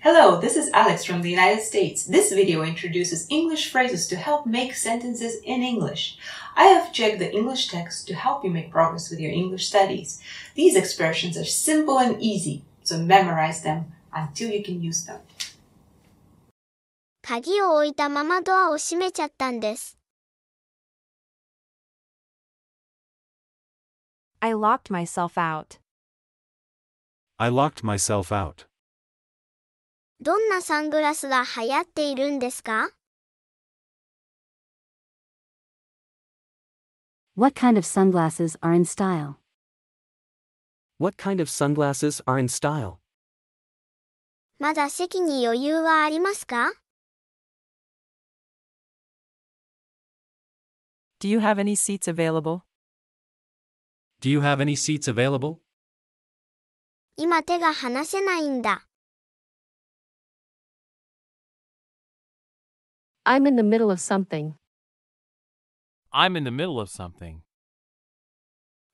Hello, this is Alex from the United States. This video introduces English phrases to help make sentences in English. I have checked the English text to help you make progress with your English studies. These expressions are simple and easy, so memorize them until you can use them. 鍵を置いたままドアを閉めちゃったんです。 I locked myself out. I locked myself out. どんなサングラスが流行っているんですか What kind of sunglasses are in style? What kind of sunglasses are in style? まだ席に余裕はありますか Do you have any seats available? Do you have any seats available? 今手が離せないんだ。 I'm in the middle of something. I'm in the middle of something.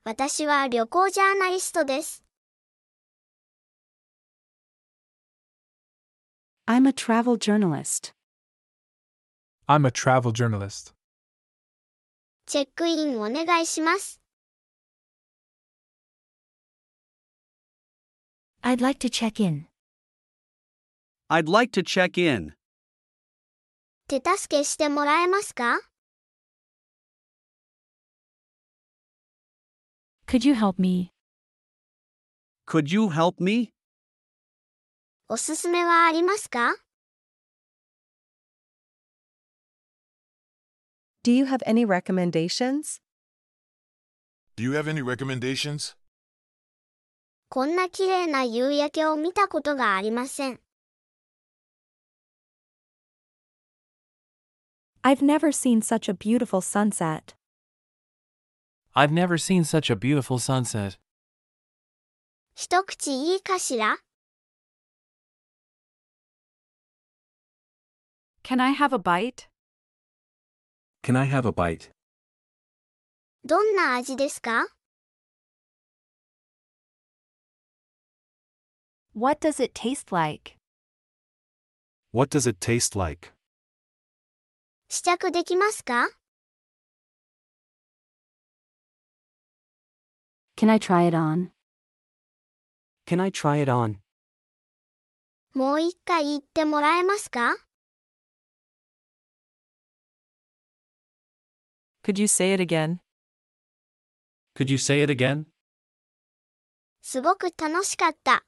私は旅行ジャーナリストです。 I'm a travel journalist. I'm a travel journalist. チェックインお願いします。 I'd like to check in. I'd like to check in. 手助けしてもらえますか Could you help me? Could you help me? おすすめはありますか Do you have any recommendations? Do you have any recommendations? こんな綺麗な夕焼けを見たことがありません。 I've never seen such a beautiful sunset. I've never seen such a beautiful sunset. 一口いいかしら Can I have a bite? Can I have a bite? どんな味ですか What does it taste like? What does it taste like? 試着できますか Can I try it on? Can I try it on? もう一回言ってもらえますか Could you say it again? Could you say it again? すごく楽しかった。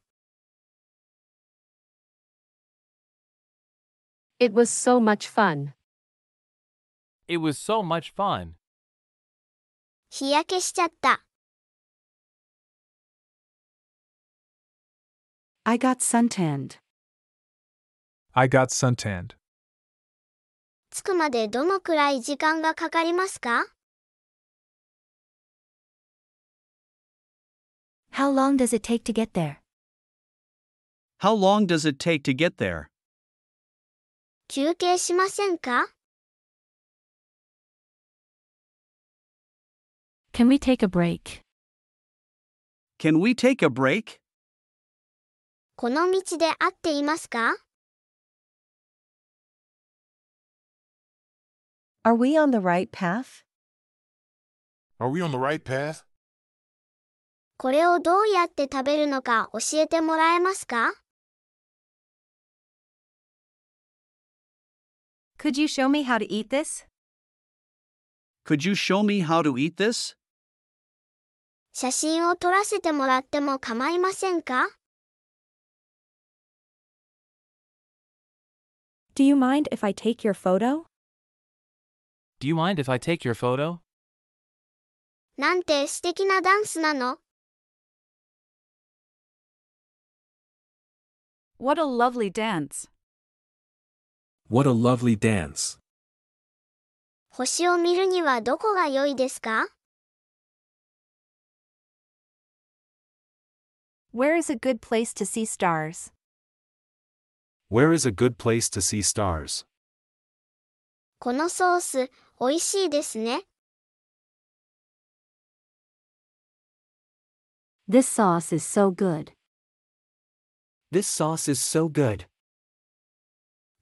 It was so much fun. It was so much fun. 日焼けしちゃった。 I got suntanned. I got suntanned. 着くまでどのくらい時間がかかりますか How long does it take to get there? How long does it take to get there? 休憩しませんか Can we take a break? Can we take a break? この道で合っていますか Are we on the right path? Are we on the right path? これをどうやって食べるのか教えてもらえますか Could you show me how to eat this? Could you show me how to eat this? 写真を撮らせてもらっても構いませんか Do you mind if I take your photo? Do you mind if I take your photo? なんて素敵なダンスなの What a lovely dance. What a lovely dance. 星を見るにはどこが良いですか Where is a good place to see stars? Where is a good place to see stars? このソース、美味しいですね。 This sauce is so good. This sauce is so good.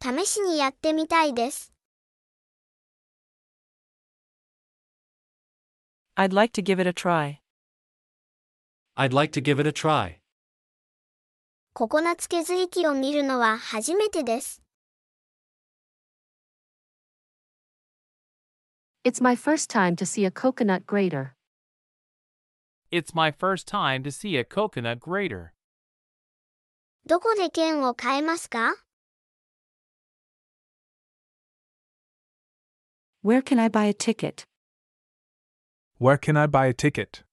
試しにやってみたいです。 I'd like to give it a try. I'd like to give it a try. ココナッツ削り器を見るのは初めてです。 It's my first time to see a coconut grater. It's my first time to see a coconut grater. どこで剣を買えますか Where can I buy a ticket? Where can I buy a ticket?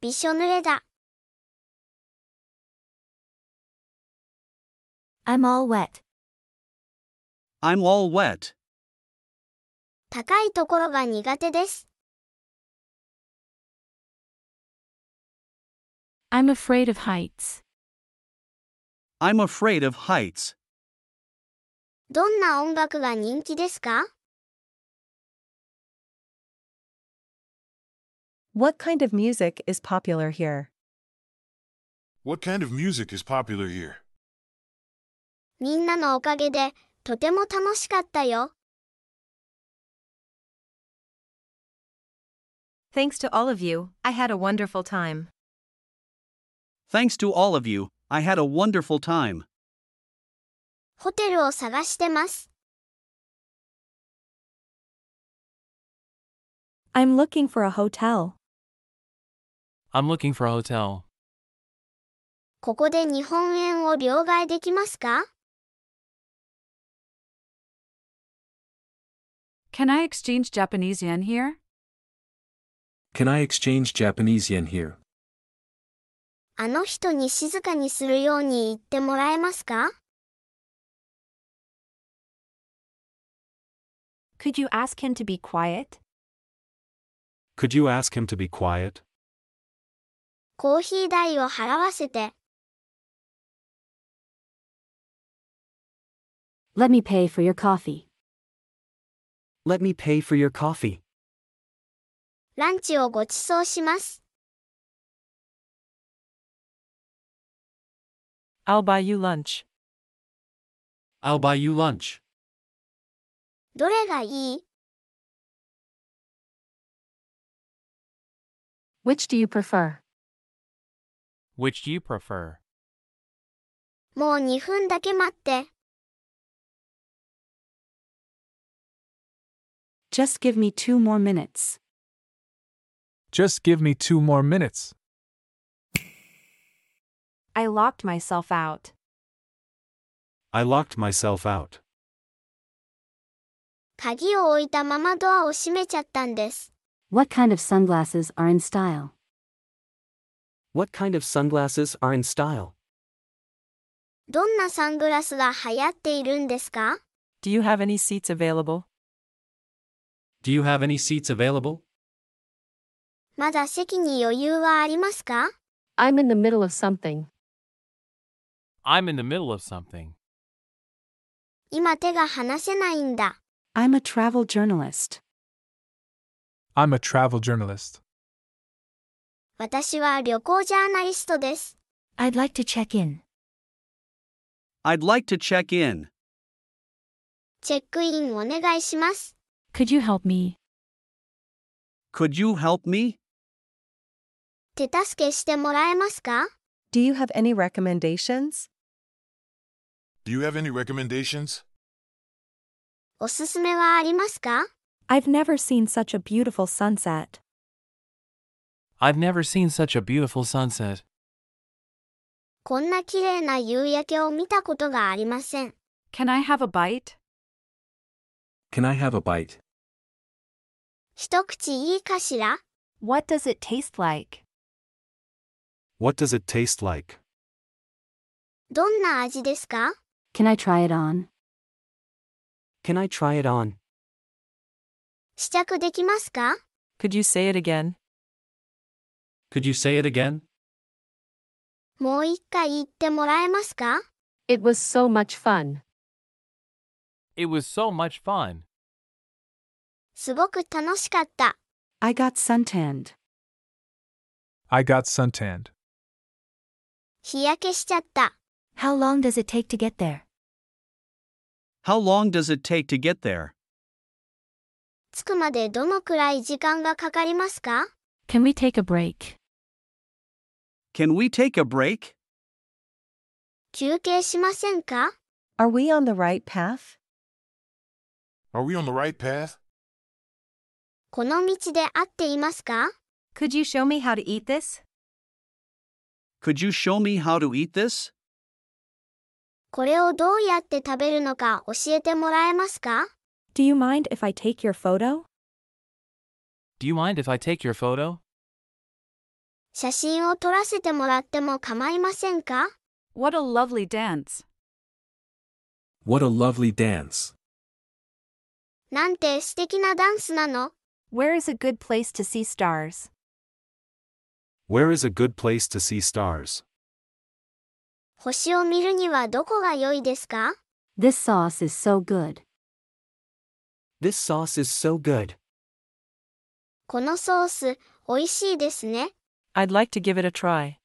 びしょ濡れだ。 I'm all wet. I'm all wet. 高いところが苦手です。 I'm afraid of heights. I'm afraid of heights. どんな音楽が人気ですか What kind of music is popular here? What kind of music is popular here? みんなのおかげで、とても楽しかったよ。 Thanks to all of you, I had a wonderful time. Thanks to all of you, I had a wonderful time. ホテルを探してます。 I'm looking for a hotel. I'm looking for a hotel. ここで日本円を両替できますか Can I exchange Japanese yen here? Can I exchange Japanese yen here? あの人に静かにするように言ってもらえますか Could you ask him to be quiet? Could you ask him to be quiet? コーヒー代を払わせて、 Let me pay for your coffee. Let me pay for your coffee. ランチをご馳走します。 I'll buy you lunch. I'll buy you lunch. どれがいい Which do you prefer? Which do you prefer? もう2分だけ待って。 Just give me two more minutes. Just give me two more minutes. I locked myself out. I locked myself out. 鍵を置いたままドアを閉めちゃったんです。 What kind of sunglasses are in style? What kind of sunglasses are in style? どんなサングラスが流行っているんですか Do you have any seats available? Do you have any seats available? まだ席に余裕はありますか I'm in the middle of something. I'm in the middle of something. 今手が離せないんだ。 I'm a travel journalist. I'm a travel journalist. 私は旅行ジャーナリストです。 I'd like to check in. I'd like to check in. チェックインお願いします。 Could you help me? Could you help me? 手助けしてもらえますか Do you have any recommendations? Do you have any recommendations? おすすめはありますか I've never seen such a beautiful sunset. I've never seen such a beautiful sunset. こんな綺麗な夕焼けを見たことがありません。 Can I have a bite? Can I have a bite? 一口いいかしら What does it taste like? What does it taste like? どんな味ですか Can I try it on? Can I try it on? 試着できますか Could you say it again? Could you say it again? もう一回言ってもらえますか It was so much fun. It was so much fun. すごく楽しかった。 I got suntanned. I got suntanned. 日焼けしちゃった。 How long does it take to get there? How long does it take to get there? 着くまでどのくらい時間がかかりますか Can we take a break? Can we take a break? 休憩しませんか Are we on the right path? Are we on the right path? この道で合っていますか Could you show me how to eat this? Could you show me how to eat this? これをどうやって食べるのか教えてもらえますか Do you mind if I take your photo? Do you mind if I take your photo? 写真を撮らせてもらっても構いませんか What a lovely dance. What a lovely dance. なんて素敵なダンスなの Where is a good place to see stars? Where is a good place to see stars? 星を見るにはどこが良いですか This sauce is so good. This sauce is so good. このソース、美味しいですね。 I'd like to give it a try.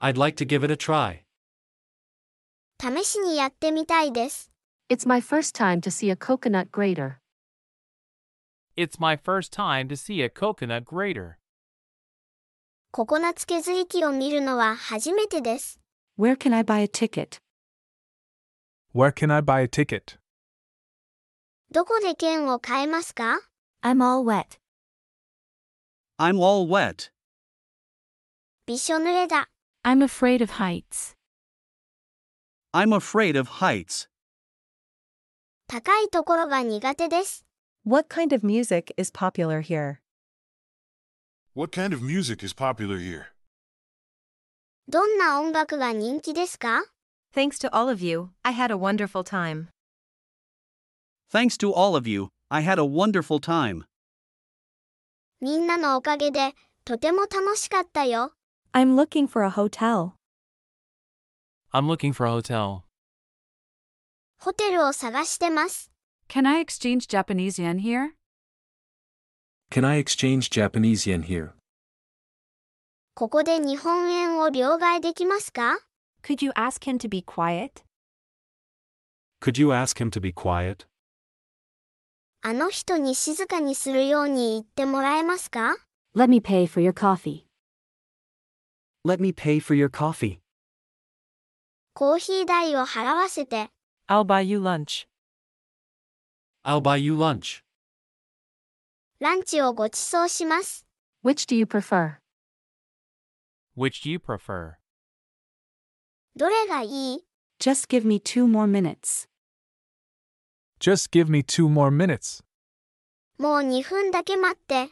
I'd like to give it a try. 試しにやってみたいです。 It's my first time to see a coconut grater. It's my first time to see a coconut grater. ココナッツ削り器を見るのは初めてです。 Where can I buy a ticket? Where can I buy a ticket? どこで券を買えますか I'm all wet. I'm all wet. びしょ濡れだ。 I'm afraid of heights. I'm afraid of heights. 高いところが苦手です。 What kind of music is popular here? What kind of music is popular here? どんな音楽が人気ですか Thanks to all of you, I had a wonderful time. Thanks to all of you, I had a wonderful time. みんなのおかげで、とても楽しかったよ。 I'm looking for a hotel. I'm looking for a hotel. ホテルを探してます。 Can I exchange Japanese yen here? Can I exchange Japanese yen here? ここで日本円を両替できますか Could you ask him to be quiet? Could you ask him to be quiet? あの人に静かにするように言ってもらえますか Let me pay for your coffee. Let me pay for your coffee. コーヒー代を払わせて、 I'll buy you lunch. I'll buy you lunch. ランチをごちそうします。 Which do you prefer? Which do you prefer? どれがいい Just give me two more minutes. Just give me two more minutes. もう2分だけ待って。